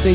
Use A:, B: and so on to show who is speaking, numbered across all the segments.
A: 最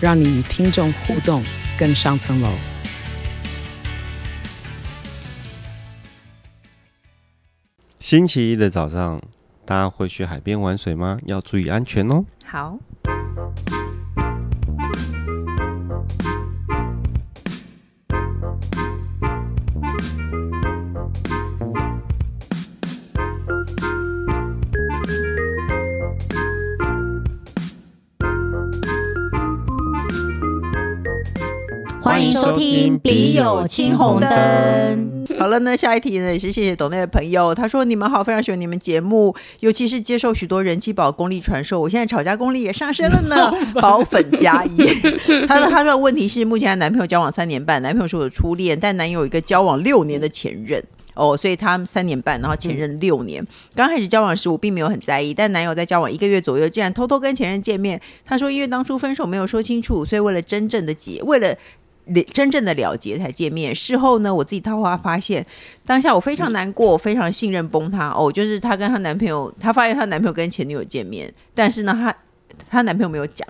A: 让你与听众互动更上层楼。
B: 星期一的早上，大家会去海边玩水吗？要注意安全哦。
C: 好，
D: 欢迎收听《笔友青红灯》。
C: 好了呢，下一题呢也是谢谢董内的朋友，他说你们好，非常喜欢你们节目，尤其是接受许多人气宝功力传授，我现在吵架功力也上升了呢，宝粉加一。他的他的问题是，目前和男朋友交往三年半，男朋友是我的初恋，但男友有一个交往六年的前任。哦，所以他们三年半，然后前任六年。刚开始交往时，我并没有很在意，但男友在交往一个月左右，竟然偷偷跟前任见面。他说，因为当初分手没有说清楚，所以为了真正的结，为了了真正的了结才见面。事后呢，我自己套话发现，当下我非常难过，非常信任崩塌。哦，就是她跟她男朋友，她发现她男朋友跟前女友见面，但是呢，她她男朋友没有讲。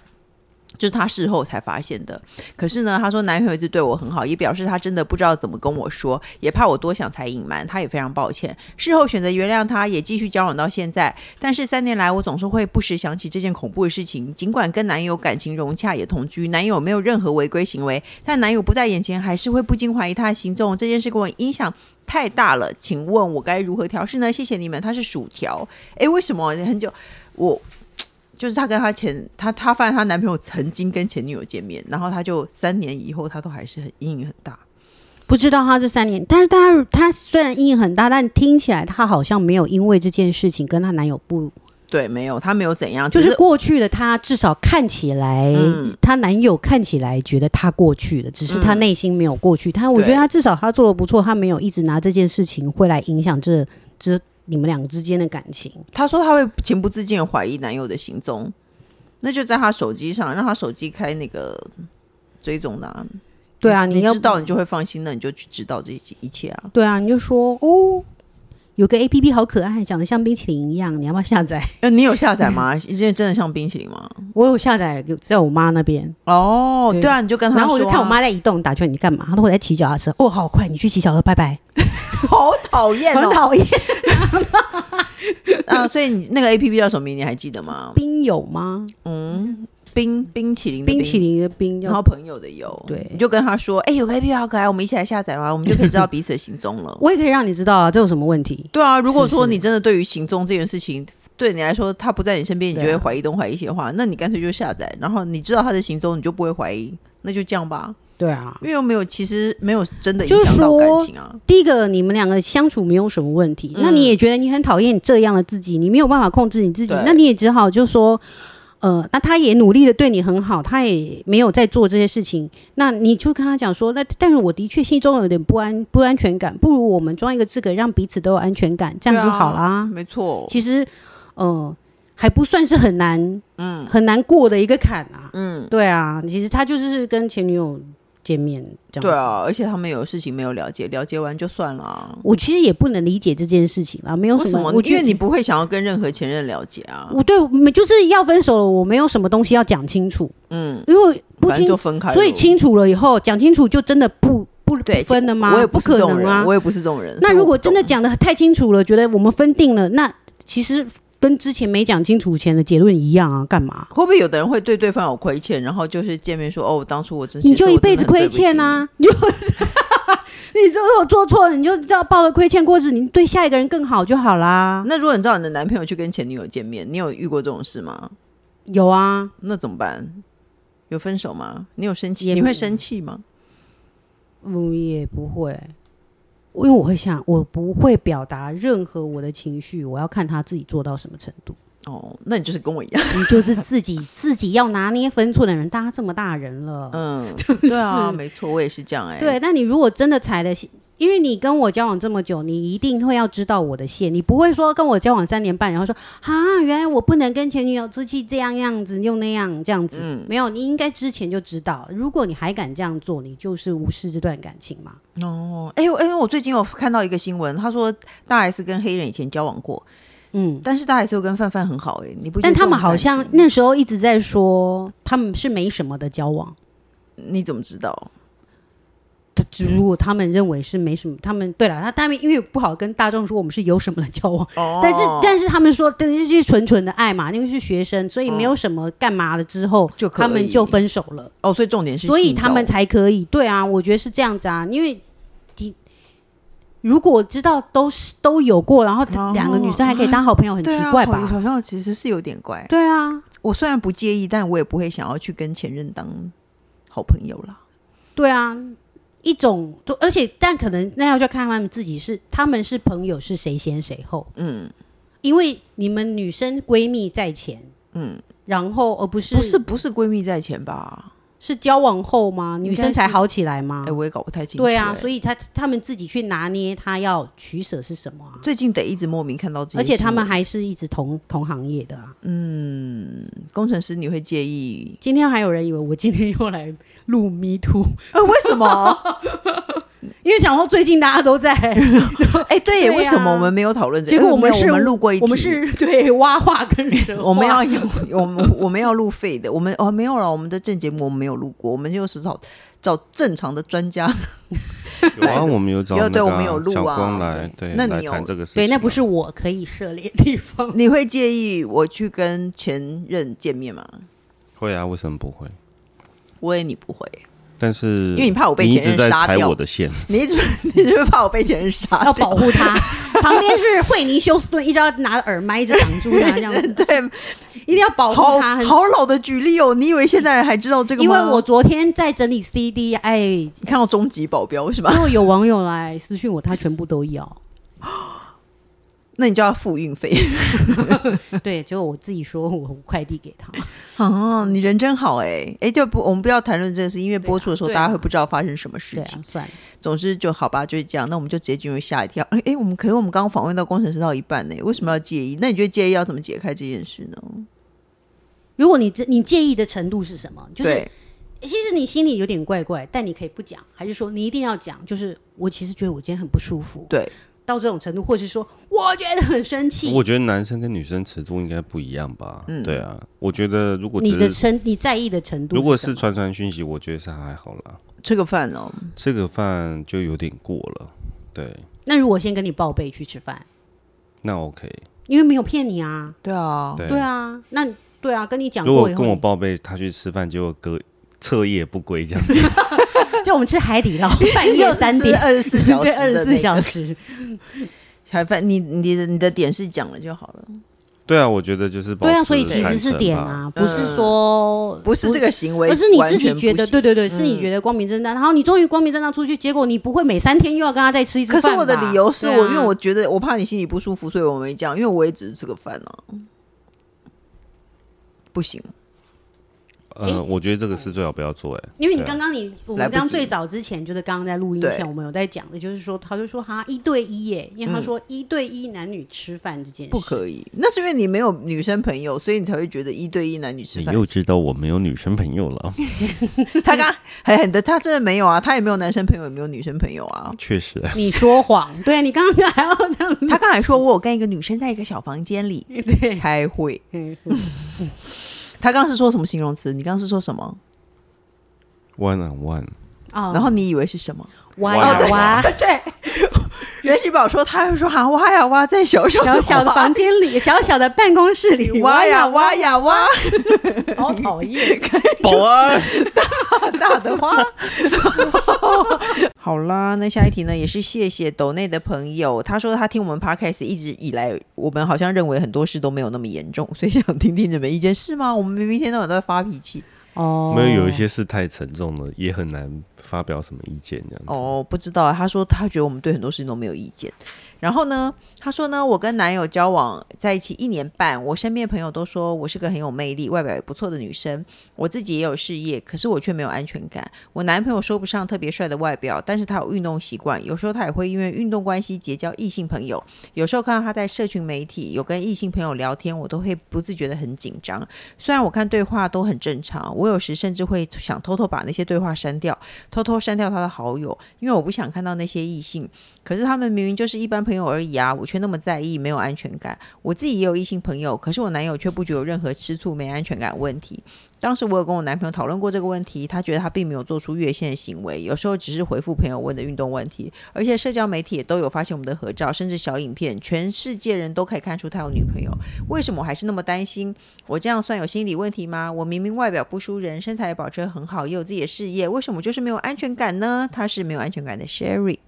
C: 就是她事后才发现的，可是呢，她说男朋友一直对我很好，也表示她真的不知道怎么跟我说，也怕我多想才隐瞒，她也非常抱歉。事后选择原谅他，也继续交往到现在。但是三年来，我总是会不时想起这件恐怖的事情。尽管跟男友感情融洽，也同居，男友没有任何违规行为，但男友不在眼前，还是会不禁怀疑他的行踪。这件事给我影响。太大了，请问我该如何调试呢？谢谢你们，他是薯条。诶，为什么很久我就是她跟她前她她发现她男朋友曾经跟前女友见面，然后她就三年以后她都还是很阴影很大。
D: 不知道他这三年，但是他他虽然阴影很大，但听起来他好像没有因为这件事情跟她男友不，
C: 对，没有，她没有怎样，
D: 就
C: 只
D: 是过去的她至少看起来
C: 嗯，
D: 她、男友看起来觉得她过去了，只是她
C: 嗯
D: 内心没有过去。她我觉
C: 对
D: 得她至少她做的不错，她没有一直拿这件事情会来影响这这你们俩之间的感情。
C: 她说她会情不自禁地怀疑男友的行踪，那就在她手机上，让她手机开那个追踪的、啊。
D: 对啊，
C: 你
D: 要
C: 知道你就会放心了，你就去知道这一一切啊。
D: 对啊，你就说哦，有个 A P P 好可爱，长得像冰淇淋一样，你要不要下载？
C: 呃，你有下载吗？因为真的像冰淇淋 吗？
D: 我有下载，给在我妈那边。
C: 哦，
D: 对
C: 对啊，你就跟她说、
D: 然后我就看我，妈在移动打球，你干嘛？她说我在骑脚踏车。哦，好快，你去骑脚踏车，拜拜。
C: 好讨厌
D: 很
C: 哦。
D: 讨厌。
C: 啊，所以你那个 A P P 叫什么名？你还记得吗？
D: 冰友吗？
C: 嗯，冰冰淇淋的
D: 冰淇淋的冰
C: 然后
D: 叫。
C: 朋友的有，
D: 对
C: 你就跟他说，哎、有个 A P P 好可爱，我们一起来下载吧，我们就可以知道彼此的行踪了。
D: 我也可以让你知道啊，这有什么问题？
C: 对啊，如果
D: 是
C: 说
D: 是
C: 你真的对于行踪这件事情，对你来说他不在你身边，你就会
D: 对啊
C: 怀疑东怀疑西的话，那你干脆就下载，然后你知道他的行踪，你就不会怀疑，那就这样吧，
D: 对啊，
C: 因为又没有其实没有真的
D: 就
C: 影
D: 是
C: 响到
D: 说
C: 感情啊。
D: 第一个你们两个相处没有什么问题，
C: 嗯
D: 那你也觉得你很讨厌这样的自己，你没有办法控制你自己
C: 对，
D: 那你也只好就说。呃，那他也努力的对你很好，他也没有在做这些事情，那你就跟他讲说，那但是我的确心中有点不安不安全感，不如我们装一个这个让彼此都有安全感，
C: 啊
D: 这样就好啦。
C: 没错，
D: 其实，呃，还不算是很难，嗯，很难过的一个坎啊。
C: 嗯，
D: 对啊，其实他就是跟前女友见面这样子。
C: 对啊，而且他们有事情没有了解，了解完就算了啊。
D: 我其实也不能理解这件事情啦，没有
C: 为
D: 什
C: 什么
D: 我？
C: 因
D: 觉
C: 为
D: 得
C: 你。不会想要跟任何前任了解啊。
D: 我对没就是要分手了，我没有什么东西要讲清楚，
C: 嗯，
D: 因为不
C: 反正
D: 清
C: 就，分开了。
D: 所以清楚了以后讲清楚就真的不不
C: 对
D: 不分了吗？
C: 我也
D: 不
C: 不是这
D: 可
C: 种
D: 能
C: 人，
D: 啊
C: 我！也不是这种人。所
D: 那
C: 以我
D: 如果
C: 不
D: 真的
C: 懂
D: 讲的太清楚了，觉得我们分定了，那其实跟之前没讲清楚前的结论一样啊，干嘛？
C: 会不会有的人会对对方有亏欠，然后就是见面说哦，当初我真是
D: 你就一辈子亏欠！啊！你就 你如果做错了，你就知道抱着亏欠过日子，你对下一个人更好就好啦。
C: 那如果你知道你的男朋友去跟前女友见面，你有遇过这种事吗？
D: 有啊，
C: 那怎么办？有分手吗？你有生气？
D: 也
C: 你会
D: 没
C: 生气吗？
D: 嗯，也不会，因为我会想，我不会表达任何我的情绪，我要看他自己做到什么程度。
C: 哦，那你就是跟我一样，
D: 你就是自己自己要拿捏分寸的人，大家这么大人了，
C: 嗯，对啊，没错，我也是这样哎、
D: 对。那你如果真的踩的，因为你跟我交往这么久，你一定会要知道我的线，你不会说跟我交往三年半，然后说啊，原来我不能跟前女友之气这样样子，又那样这样子，
C: 嗯
D: 没有，你应该之前就知道。如果你还敢这样做，你就是无视这段感情嘛。
C: 哦，哎呦哎呦，我最近有看到一个新闻，他说大 S 跟黑人以前交往过，
D: 嗯，
C: 但是大 S 又跟范范很好哎、你不觉得
D: 但
C: 这
D: 他
C: 种感
D: 们
C: 情？
D: 好像那时候一直在说他们是没什么的交往。
C: 你怎么知道？
D: 他如果他们认为是没什么，他们对了，他他们因为不好跟大众说我们是有什么的交往，
C: 哦
D: 但是但是他们说，但是是纯纯的爱嘛，因为是学生，所以没有什么干嘛了之后，
C: 嗯就可以
D: 他们就分手了，
C: 哦，所以重点是
D: 所以
C: 性
D: 他们
C: 交
D: 才可以。对啊，我觉得是这样子啊，因为你如果知道都是都有过，然后
C: 哦
D: 两个女生还可以当好朋友，很奇
C: 对啊
D: 怪
C: 好
D: 吧？
C: 好像其实是有点怪。
D: 对啊，
C: 我虽然不介意，但我也不会想要去跟前任当好朋友啦。
D: 对啊。一种，就而且但可能那要就看他们自己是，他们是朋友是谁先谁后，
C: 嗯
D: 因为你们女生闺蜜在前，
C: 嗯，
D: 然后而不是
C: 不是不是闺蜜在前吧？
D: 是交往后吗？
C: 应
D: 女
C: 该
D: 生才
C: 是
D: 好起来吗
C: 哎、？我也搞不太清楚、
D: 对啊，所
C: 以
D: 以他他们自己去拿捏，他要取舍是什么啊？
C: 最近得一直莫名看到这些
D: 而且
C: 新闻，
D: 他们还是一直同同行业的啊。
C: 嗯，工程师你会介 意？
D: 今天还有人以为我今天又来录 Me Too，
C: 呃，为什么？
D: 因为想说最近大家都在，
C: 哎、对耶，
D: 对啊
C: 为什么我们没有讨论这个？
D: 结果
C: 哎
D: 我们
C: 没有
D: 是
C: 我们录过一集，
D: 我们是 对挖话跟人 话
C: 我们要有我们我们要录费的，我们哦没有了，我们的正节目我们没有录过，我们就是找找正常的专家。
B: 有啊，我们有找
C: 有
B: 那
C: 对
B: 个
C: 我们有录啊
B: 小光来，对，
C: 那你
B: 来
C: 有
B: 谈这个事情啊。
D: 对，那不是我可以涉猎的地方。
C: 你会介意我去跟前任见面吗？
B: 会啊？为什么不会？
C: 我也你不会，
B: 但是因
C: 为你怕我被
B: 一
C: 前任
B: 直在
C: 杀
B: 踩
C: 掉
B: 我的线，
C: 你一直你是不是怕我被前任杀？
D: 要保护他， 旁边是惠尼休斯顿，一直要拿耳麦一直挡住他，这 样子
C: 对，
D: 一定要保
C: 好
D: 护他。很
C: 好老的举例哦，你以为现在人还知道这个吗？
D: 因为我昨天在整理 CD，哎，
C: 你看到终极保镖是吧？
D: 然后有网友来私讯我，他全部 都要。
C: 那你就要付运费
D: 对，结果我自己说我快递给他，
C: 啊！你人真好哎、哎、就不我们不要谈论这个事，因为播出的时候、
D: 对啊
C: 大家会不知道发生什么 事
D: 对
C: 情
D: 啊，。算了，
C: 总之就好吧，就是这样。那我们就直接进入下一条。 哎、哎我们可是我们刚刚访问到工程师到一半呢、为什么要介意？那你觉得介意要怎么解开这件事呢？
D: 如果你这你介意的程度是什么？就是
C: 对，
D: 其实你心里有点怪怪，但你可以不讲，还是说你一定要讲？就是我其实觉得我今天很不舒服，
C: 对，
D: 到这种程度，或是说我觉得很生气。
B: 我觉得男生跟女生尺度应该不一样吧？
C: 嗯
B: 对啊，我觉得如果
D: 你的
B: 只是
D: 程你在意的程度什么，
B: 如果是传传讯息，我觉得是还好啦。
C: 吃个饭哦。
B: 吃个饭就有点过了，对，
D: 那如果先跟你报备去吃饭，
B: 那 OK。
D: 因为没有骗你啊，
C: 对啊，
B: 对
D: 对啊，那对啊，跟你讲
B: 如果
D: 过以
B: 跟我
D: 后，
B: 报备他去吃饭，结果隔彻夜不归这样子，
D: 就我们吃海底捞，半夜三 点，
C: 二十四小时
D: 对，
C: 的那
D: 二
C: 个，
D: 十四小时，
C: 还反你你的你的点是讲了就好了，
B: 对啊，我觉得就是保
D: 对啊，
B: 持
D: 所以其
B: 坦
D: 实是
B: 诚
D: 点
B: 吧，
D: 啊，不是说
C: 嗯不是这。个行为，
D: 而是你自
C: 完全不
D: 己觉得，
C: 行嗯
D: 对。对对，是你觉得光明正大，然后你终于光明正大出去，结果你不会每三天又要跟他再吃一次
C: 可
D: 饭
C: 是
D: 吧。
C: 我的理由是
D: 对啊
C: 我，因为我觉得我怕你心里不舒服，所以我没讲，因为我也只是吃个饭呢、不行，
B: 呃，我觉得这个事最好不要做，哎，
D: 因为你
B: 对啊
D: 刚刚你我
C: 来
D: 们
C: 不
D: 刚
C: 及
D: 最早之前就是刚刚在录音
C: 对
D: 前，我们有在讲的，就是说他就说哈一对一耶，因为他说一对一男女吃饭这件
C: 嗯
D: 事
C: 不可以。那是因为你没有女生朋友，所以你才会觉得一对一男女吃
B: 你
C: 饭。
B: 又知道我没有女生朋友 了，
C: 他刚狠狠的，他真的没有啊，他也没有男生朋友，也没有女生朋友 啊。
B: 确实，
D: 你说谎，对啊你刚刚还要 这样子，
C: 他刚才说我有跟一个女生在一个小房间里
D: 对，
C: 开会，
D: 嗯
C: 他刚刚是说什么形容词？你刚刚是说什么？
B: one on one，
D: 哦，
C: 然后你以为是什么？
D: 哇
B: 哇
D: 呀哇，
C: 对， 袁喜宝说他会说喊哇呀哇，在小小
D: 小小的
C: 房
D: 房间里，小小的办公室 里，
C: 哇呀哇呀哇，
D: 好 讨厌。
B: 保安，
C: 大的哇。好啦，那下一题呢，也是谢谢斗内的朋友，他说他听我们 podcast 一直以来，我们好像认为很多事都没有那么严重，所以想听听你们意见，是吗？我们明明一天到晚都在发脾气，
D: 哦
B: 没有有一些事太沉重了，也很难发表什么意见这样子。
C: 哦哦，不知道。他说他觉得我们对很多事情都没有意见，然后呢，她说呢，我跟男友交往在一起一年半，我身边的朋友都说我是个很有魅力、外表也不错的女生，我自己也有事业，可是我却没有安全感。我男朋友说不上特别帅的外表，但是他有运动习惯，有时候他也会因为运动关系结交异性朋友。有时候看到他在社群媒体有跟异性朋友聊天，我都会不自觉的很紧张。虽然我看对话都很正常，我有时甚至会想偷偷把那些对话删掉，偷偷删掉他的好友，因为我不想看到那些异性。可是他们明明就是一般朋友而已啊，我却那么在意，没有安全感。我自己也有异性朋友，可是我男友却不觉得有任何吃醋、没安全感的问题。当时我有跟我男朋友讨论过这个问题，他觉得他并没有做出越线的行为，有时候只是回复朋友问的运动问题，而且社交媒体也都有发现我们的合照，甚至小影片，全世界人都可以看出他有女朋友。为什么我还是那么担心？我这样算有心理问题吗？我明明外表不输人，身材也保持得很好，也有自己的事业，为什么就是没有安全感呢？他是没有安全感的 Sherry，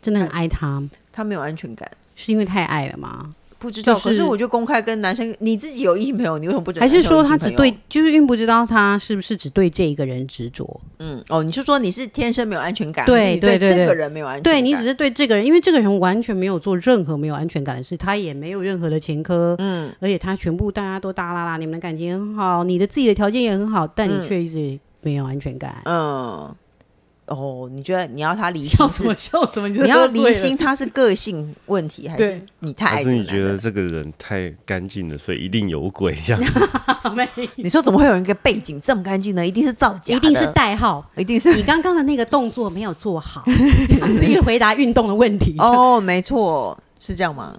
D: 真的很爱他，
C: 他没有安全感，
D: 是因为太爱了吗？
C: 不知道。
D: 就是
C: 可是我就公开跟男生，你自己有异性朋友，你为什么不准
D: 还
C: 男生有
D: 是
C: 异性朋
D: 说
C: 友？
D: 他只对，就是因为不知道他是不是只对这一个人执着？
C: 嗯，哦，你是说你是天生没有安全感，
D: 对
C: 还是你
D: 对对
C: 这个
D: 对
C: 人没有安全感，
D: 对你只是对这个人，因为这个人完全没有做任何没有安全感的事，他也没有任何的前科，
C: 嗯，
D: 而且他全部大家都大啦啦，你们的感情很好，你的自己的条件也很好，但
C: 嗯
D: 你却一直没有安全感。
C: 嗯，哦，你觉得你要他离
D: 笑
C: 心
D: 什么
C: 是？
D: 笑什么？
C: 你
D: 你
C: 要离心，，他是个性问题，还是
D: 对
C: 你太
B: 还
C: 爱这
B: 是
C: 个
B: 你
C: 男
B: 觉得
C: 人？
B: 这个人太干净了，所以一定有鬼这样？
D: 没
C: 你说怎么会有人一个背景这么干净呢？一定是造假的，
D: 一定是代号。
C: 一定是
D: 你刚刚的那个动作没有做 好，那个回答运动的问题。
C: 哦，没错，是这样吗？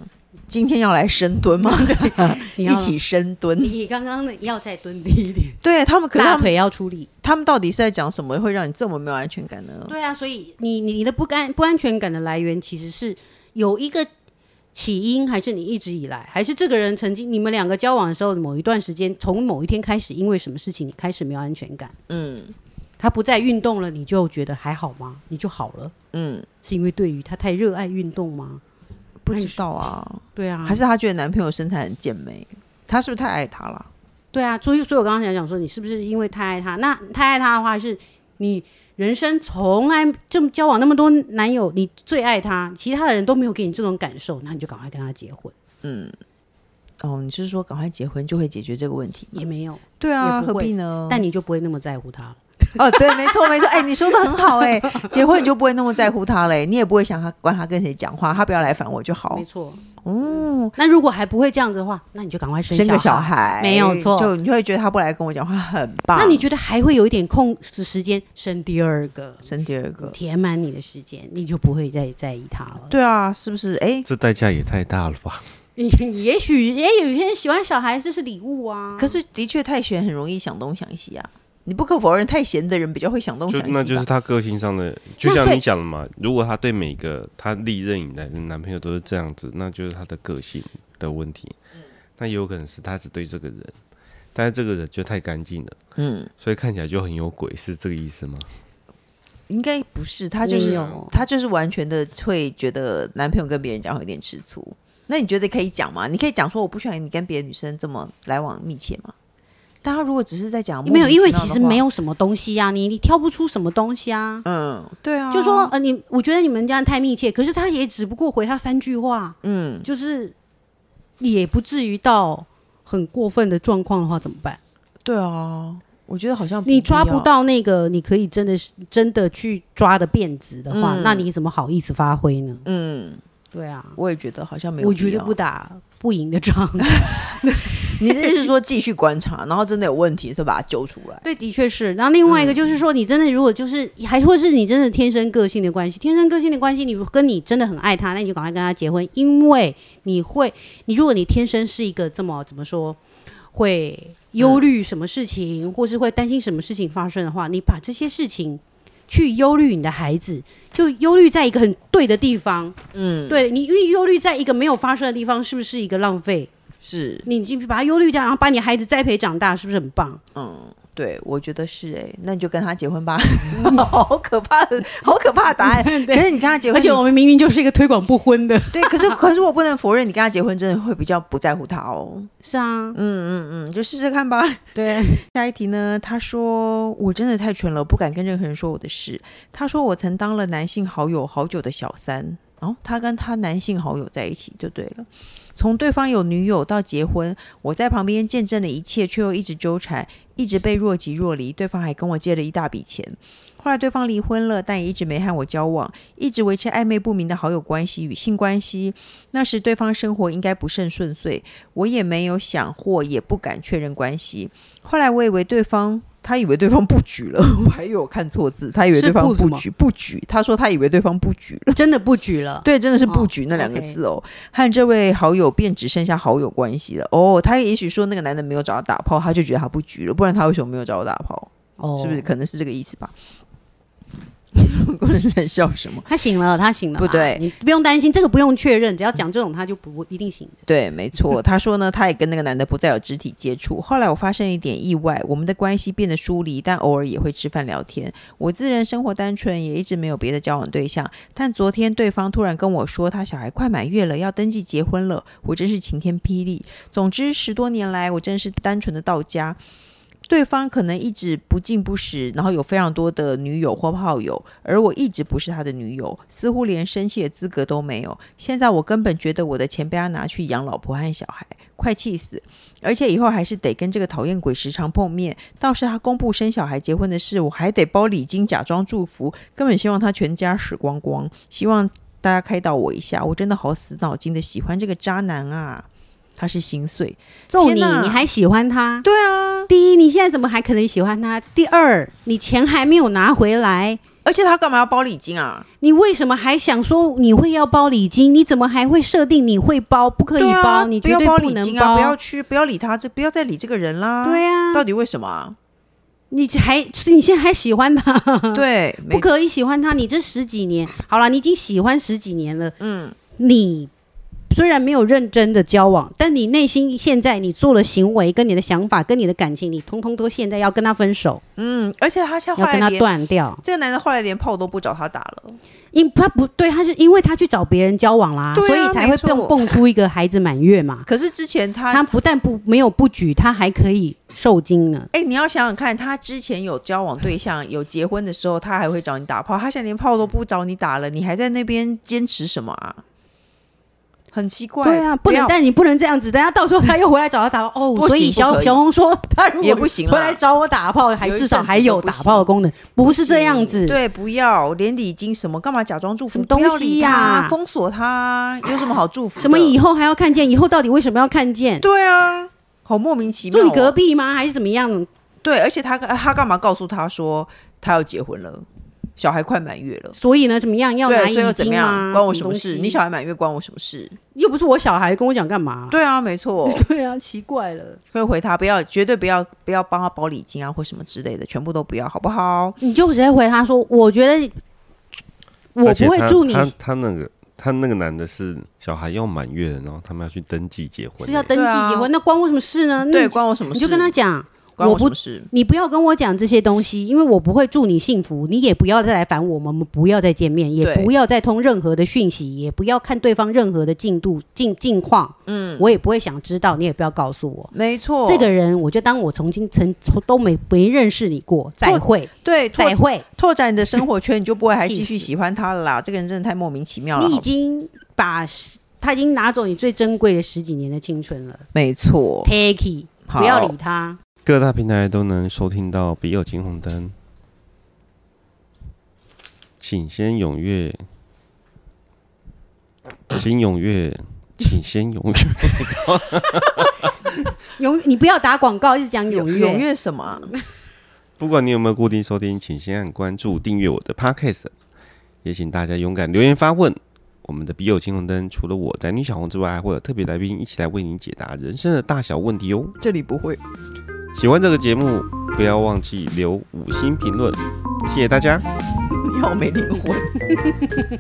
C: 今天要来深蹲 吗？
D: 你要
C: 一起深蹲。
D: 你刚刚的要再蹲低一点，
C: 对他们，可是
D: 大
C: 他们
D: 腿要出力。
C: 他们到底是在讲什么，会让你这么没有安全感呢？
D: 对啊，所以你你你的不安不安全感的来源其实是有一个起因，还是你一直以来，还是这个人曾经你们两个交往的时候某一段时间，从某一天开始，因为什么事情你开始没有安全感？
C: 嗯
D: 他不再运动了，你就觉得还好吗？你就好了，
C: 嗯，
D: 是因为对于他太热爱运动吗？
C: 不知道啊，
D: 对啊，
C: 还是她觉得男朋友身材很健美，她是不是太爱他了？
D: 对啊，所以所以我刚刚想讲说，你是不是因为太爱他？那太爱他的话，是你人生从来这么交往那么多男友，你最爱他，其他的人都没有给你这种感受，那你就赶快跟他结婚，
C: 哦，你是说赶快结婚就会解决这个问题吗？
D: 也没有，
C: 对啊，
D: 也不
C: 何
D: 会
C: 必呢？
D: 但你就不会那么在乎他了。
C: 哦，对，没错，没错。哎，你说的很好 哎、结婚你就不会那么在乎他嘞，你也不会想他管他跟谁讲话，他不要来烦我就好
D: 没。错，
C: 嗯，
D: 那如果还不会这样子的话，那你就赶快生
C: 生个小。
D: 小
C: 孩
D: 没有错
C: 就你就会觉得他不来跟我讲话很棒。
D: 那你觉得还会有一点空时时间生第二个，
C: 生第二个？
D: 填满你的时间，你就不会再在意他了。
C: 对啊，是不是？哎，
B: 这代价也太大了吧？
D: 你你也许也有些人喜欢小孩，这是礼物啊。
C: 可是的确太闲很容易想东想西啊。你不可否认，太闲的人比较会想东
B: 就
C: 想西吧。
B: 那就是他个性上的，就像
D: 所以
B: 你讲的嘛，如果他对每个他历任以来的男朋友都是这样子，那就是他的个性的问题。
D: 嗯
B: 那也有可能是他只对这个人，但是这个人就太干净了，
C: 嗯，
B: 所以看起来就很有鬼，是这个意思吗？
C: 应该不是，他就是
D: 没有
C: 他就是完全的会觉得男朋友跟别人讲会有点吃醋。那你觉得可以讲吗？你可以讲说我不喜欢你跟别的女生这么来往密切吗？但他如果只是在讲莫
D: 没有，
C: 名
D: 因为
C: 妙的
D: 其实
C: 话
D: 没，有什么东西啊，你你挑不出什么东西啊。
C: 嗯，对啊，
D: 就说呃，你我觉得你们这样太密切，可是他也只不过回他三句话，
C: 嗯，
D: 就是也不至于到很过分的状况的话怎么办？
C: 对啊，我觉得好像
D: 你
C: 必要
D: 抓不，到那个你可以真的是真的去抓的辫子的话，
C: 嗯
D: 那你怎么好意思发挥呢？
C: 嗯，
D: 对啊，
C: 我也觉得好像没有
D: 我
C: 必要，
D: 觉得不打不赢的仗。
C: 你的意思是说继续观察，然后真的有问题是把他揪出来，
D: 对，的确是。然后另外一个就是说，你真的如果就是还或是你真的天生个性的关系，天生个性的关系，你如跟你真的很爱他，那你就赶快跟他结婚，因为你会，你如果你天生是一个这么怎么说，会忧虑什么事情，或是会担心什么事情发生的话，你把这些事情。去忧虑你的孩子，就忧虑在一个很对的地方。
C: 嗯，
D: 对你，因为忧虑在一个没有发生的地方，是不是一个浪费？
C: 是，
D: 你就把他忧虑掉，然后把你孩子栽培长大，是不是很棒？
C: 嗯。对，我觉得是哎、那你就跟他结婚吧， 好可怕的，好可怕的答案。可是你跟他结婚，
D: 而且
C: 你
D: 我们明明就是一个推广不婚的。
C: 对，可是可是我不能否认，你跟他结婚真的会比较不在乎他哦。
D: 是啊，
C: 嗯嗯嗯，就试试看吧。
D: 对，
C: 下一题呢？他说我真的太蠢了，不敢跟任何人说我的事。他说我曾当了男性好友好久的小三。然后哦他跟他男性好友在一起就对了。从对方有女友到结婚，我在旁边见证了一切，却又一直纠缠，一直被若即若离。对方还跟我借了一大笔钱。后来对方离婚了，但也一直没和我交往，一直维持暧昧不明的好友关系与性关系。那时对方生活应该不甚顺遂，我也没有想或也不敢确认关系。后来我以为对方，他以为对方布局了， 我还以为我看错字，他以为
D: 是
C: 对方
D: 布什
C: 布
D: 么
C: 局布局，他说他以为对方布局了。
D: 真的布局了。
C: 对，真的是
D: 哦
C: 布局那两个
D: OK
C: 字哦。和这位好友便只剩下好友关系了。哦，他也许说那个男的没有找他打炮，他就觉得他布局了，不然他为什么没有找我打炮？
D: 哦
C: 是不是？可能是这个意思吧？ 工人在笑什么？
D: 他醒了，他醒了啦，啊
C: 不对
D: 你不用担心，这个不用确认，只要讲这种，他就不一定醒着。
C: 对，没错。他说呢，他也跟那个男的不再有肢体接触。后来我发生了一点意外，我们的关系变得疏离，但偶尔也会吃饭聊天。我自认生活单纯，也一直没有别的交往对象。但昨天对方突然跟我说，他小孩快满月了，要登记结婚了，我真是晴天霹雳。总之，十多年来，我真是单纯的到家。对方可能一直不进不食，然后有非常多的女友或炮友，而我一直不是他的女友，似乎连生气的资格都没有。现在我根本觉得我的钱被他拿去养老婆和小孩，快气死！而且以后还是得跟这个讨厌鬼时常碰面。倒是他公布生小孩、结婚的事，我还得包礼金假装祝福，根本希望他全家死光光。希望大家开导我一下，我真的好死脑筋的喜欢这个渣男啊！他是心碎，
D: 揍
C: 天
D: 你，
C: 哪
D: 你还喜欢他？
C: 对啊，
D: 第一，你现在怎么还可能喜欢他？第二，你钱还没有拿回来，
C: 而且他干嘛要包礼金啊？
D: 你为什么还想说你会要包礼金？你怎么还会设定你会包，不可以
C: 对
D: 包？
C: 啊、
D: 你
C: 不
D: 绝
C: 要
D: 对
C: 包
D: 不
C: 礼
D: 能
C: 金啊！不要去，不要理他，这不要再理这个人啦。
D: 对啊，
C: 到底为什么啊？
D: 你还是你现在还喜欢他？
C: 对，没
D: 嗯不可以喜欢他，你这十几年好了，你已经喜欢十几年了，
C: 嗯，
D: 你虽然没有认真的交往，但你内心现在你做了行为，跟你的想法，跟你的感情，你通通都现在要跟他分手，
C: 嗯，而且他像后
D: 要跟
C: 来
D: 他
C: 连
D: 断掉。
C: 这个男的后来连炮都不找他打了，
D: 因他不对，他是因为他去找别人交往啦，
C: 对啊
D: 所以才会
C: 没错
D: 蹦蹦出一个孩子满月嘛。
C: 可是之前他，
D: 他不但不没有不举，他还可以受精呢。
C: 哎、你要想想看，他之前有交往对象，有结婚的时候，他还会找你打炮，他现在连炮都不找你打了，你还在那边坚持什么啊？很奇怪，
D: 对啊，不能，
C: 要
D: 但你不能这样子。等下到时候他又回来找他打 炮，哦，
C: 不行
D: 所以
C: 不
D: 小
C: 可以
D: 小红说他如
C: 也
D: 果
C: 不行啦啊
D: 回来找我打炮，还
C: 有一
D: 至少
C: 阵子
D: 还
C: 都
D: 有
C: 不
D: 打
C: 行
D: 炮的功能，不是这样子。
C: 对，不要连礼金什么，干嘛假装祝
D: 什
C: 福？
D: 么东
C: 不要理
D: 西呀
C: 他封锁他，有什么好祝福的？
D: 什么以后还要看见？以后到底为什么要看见？
C: 对啊，好莫名其妙、哦。
D: 住你隔壁吗？还是怎么样？
C: 对，而且他他干嘛告诉他说他要结婚了，小孩快满月了，
D: 所以呢，怎么样？要拿
C: 对，所以又
D: 礼
C: 怎
D: 金
C: 么
D: 吗？
C: 样？关我什么
D: 东
C: 事？
D: 西
C: 你小孩满月关我什么事？
D: 又不是我小孩，跟我讲干嘛？
C: 对啊，没 错，
D: 对啊，奇怪了。
C: 可以回他不要，绝对不要不要帮他包礼金啊或什么之类的，全部都不要，好不好？
D: 你就直接回他说：“我觉得我
B: 而且
D: 不会
B: 他
D: 祝你
B: 他他那个他那个男的是小孩要满月了，然后他们要去登记结婚
D: 是要登记
C: 对啊
D: 结婚，那关我什么事呢？那
C: 对，
D: 你
C: 关我什么
D: 你
C: 事？
D: 就跟他讲，
C: 关
D: 我
C: 我什
D: 不
C: 么事？
D: 你不要跟我讲这些东西，因为我不会祝你幸福，你也不要再来烦我们，我们不要再见面，也
C: 对
D: 不要再通任何的讯息，也不要看对方任何的进度近近况，嗯，我也不会想知道，你也不要告诉我。”
C: 没错，
D: 这个人，我就当我曾经曾从都没没认识你过，再会，
C: 对拓
D: 再会。
C: 拓展你的生活圈，你就不会还
D: 气
C: 继续
D: 死
C: 喜欢他了啦。这个人真的太莫名其妙了，
D: 你已
C: 好
D: 经把他已经拿走你最珍贵的十几年的青春了
C: 没错，
D: ，Picky，
C: 哦好
D: 不要理他。
B: 各大平台都能收听到《笔友金红灯》，请先踊跃，请踊跃，请先踊跃。
D: 永，你不要打广告，一直讲
C: 踊
D: 踊跃。
C: 踊跃什么啊？
B: 不管你有没有固定收听，请先按关注、订阅我的 Podcast，也请大家勇敢留言发问。我们的笔友青红灯，除了我宅女小红之外，还会有特别来宾一起来为您解答人生的大小问题哦。
C: 这里不会。
B: 喜欢这个节目，不要忘记留五星评论，谢谢大家。
C: 你好没灵魂。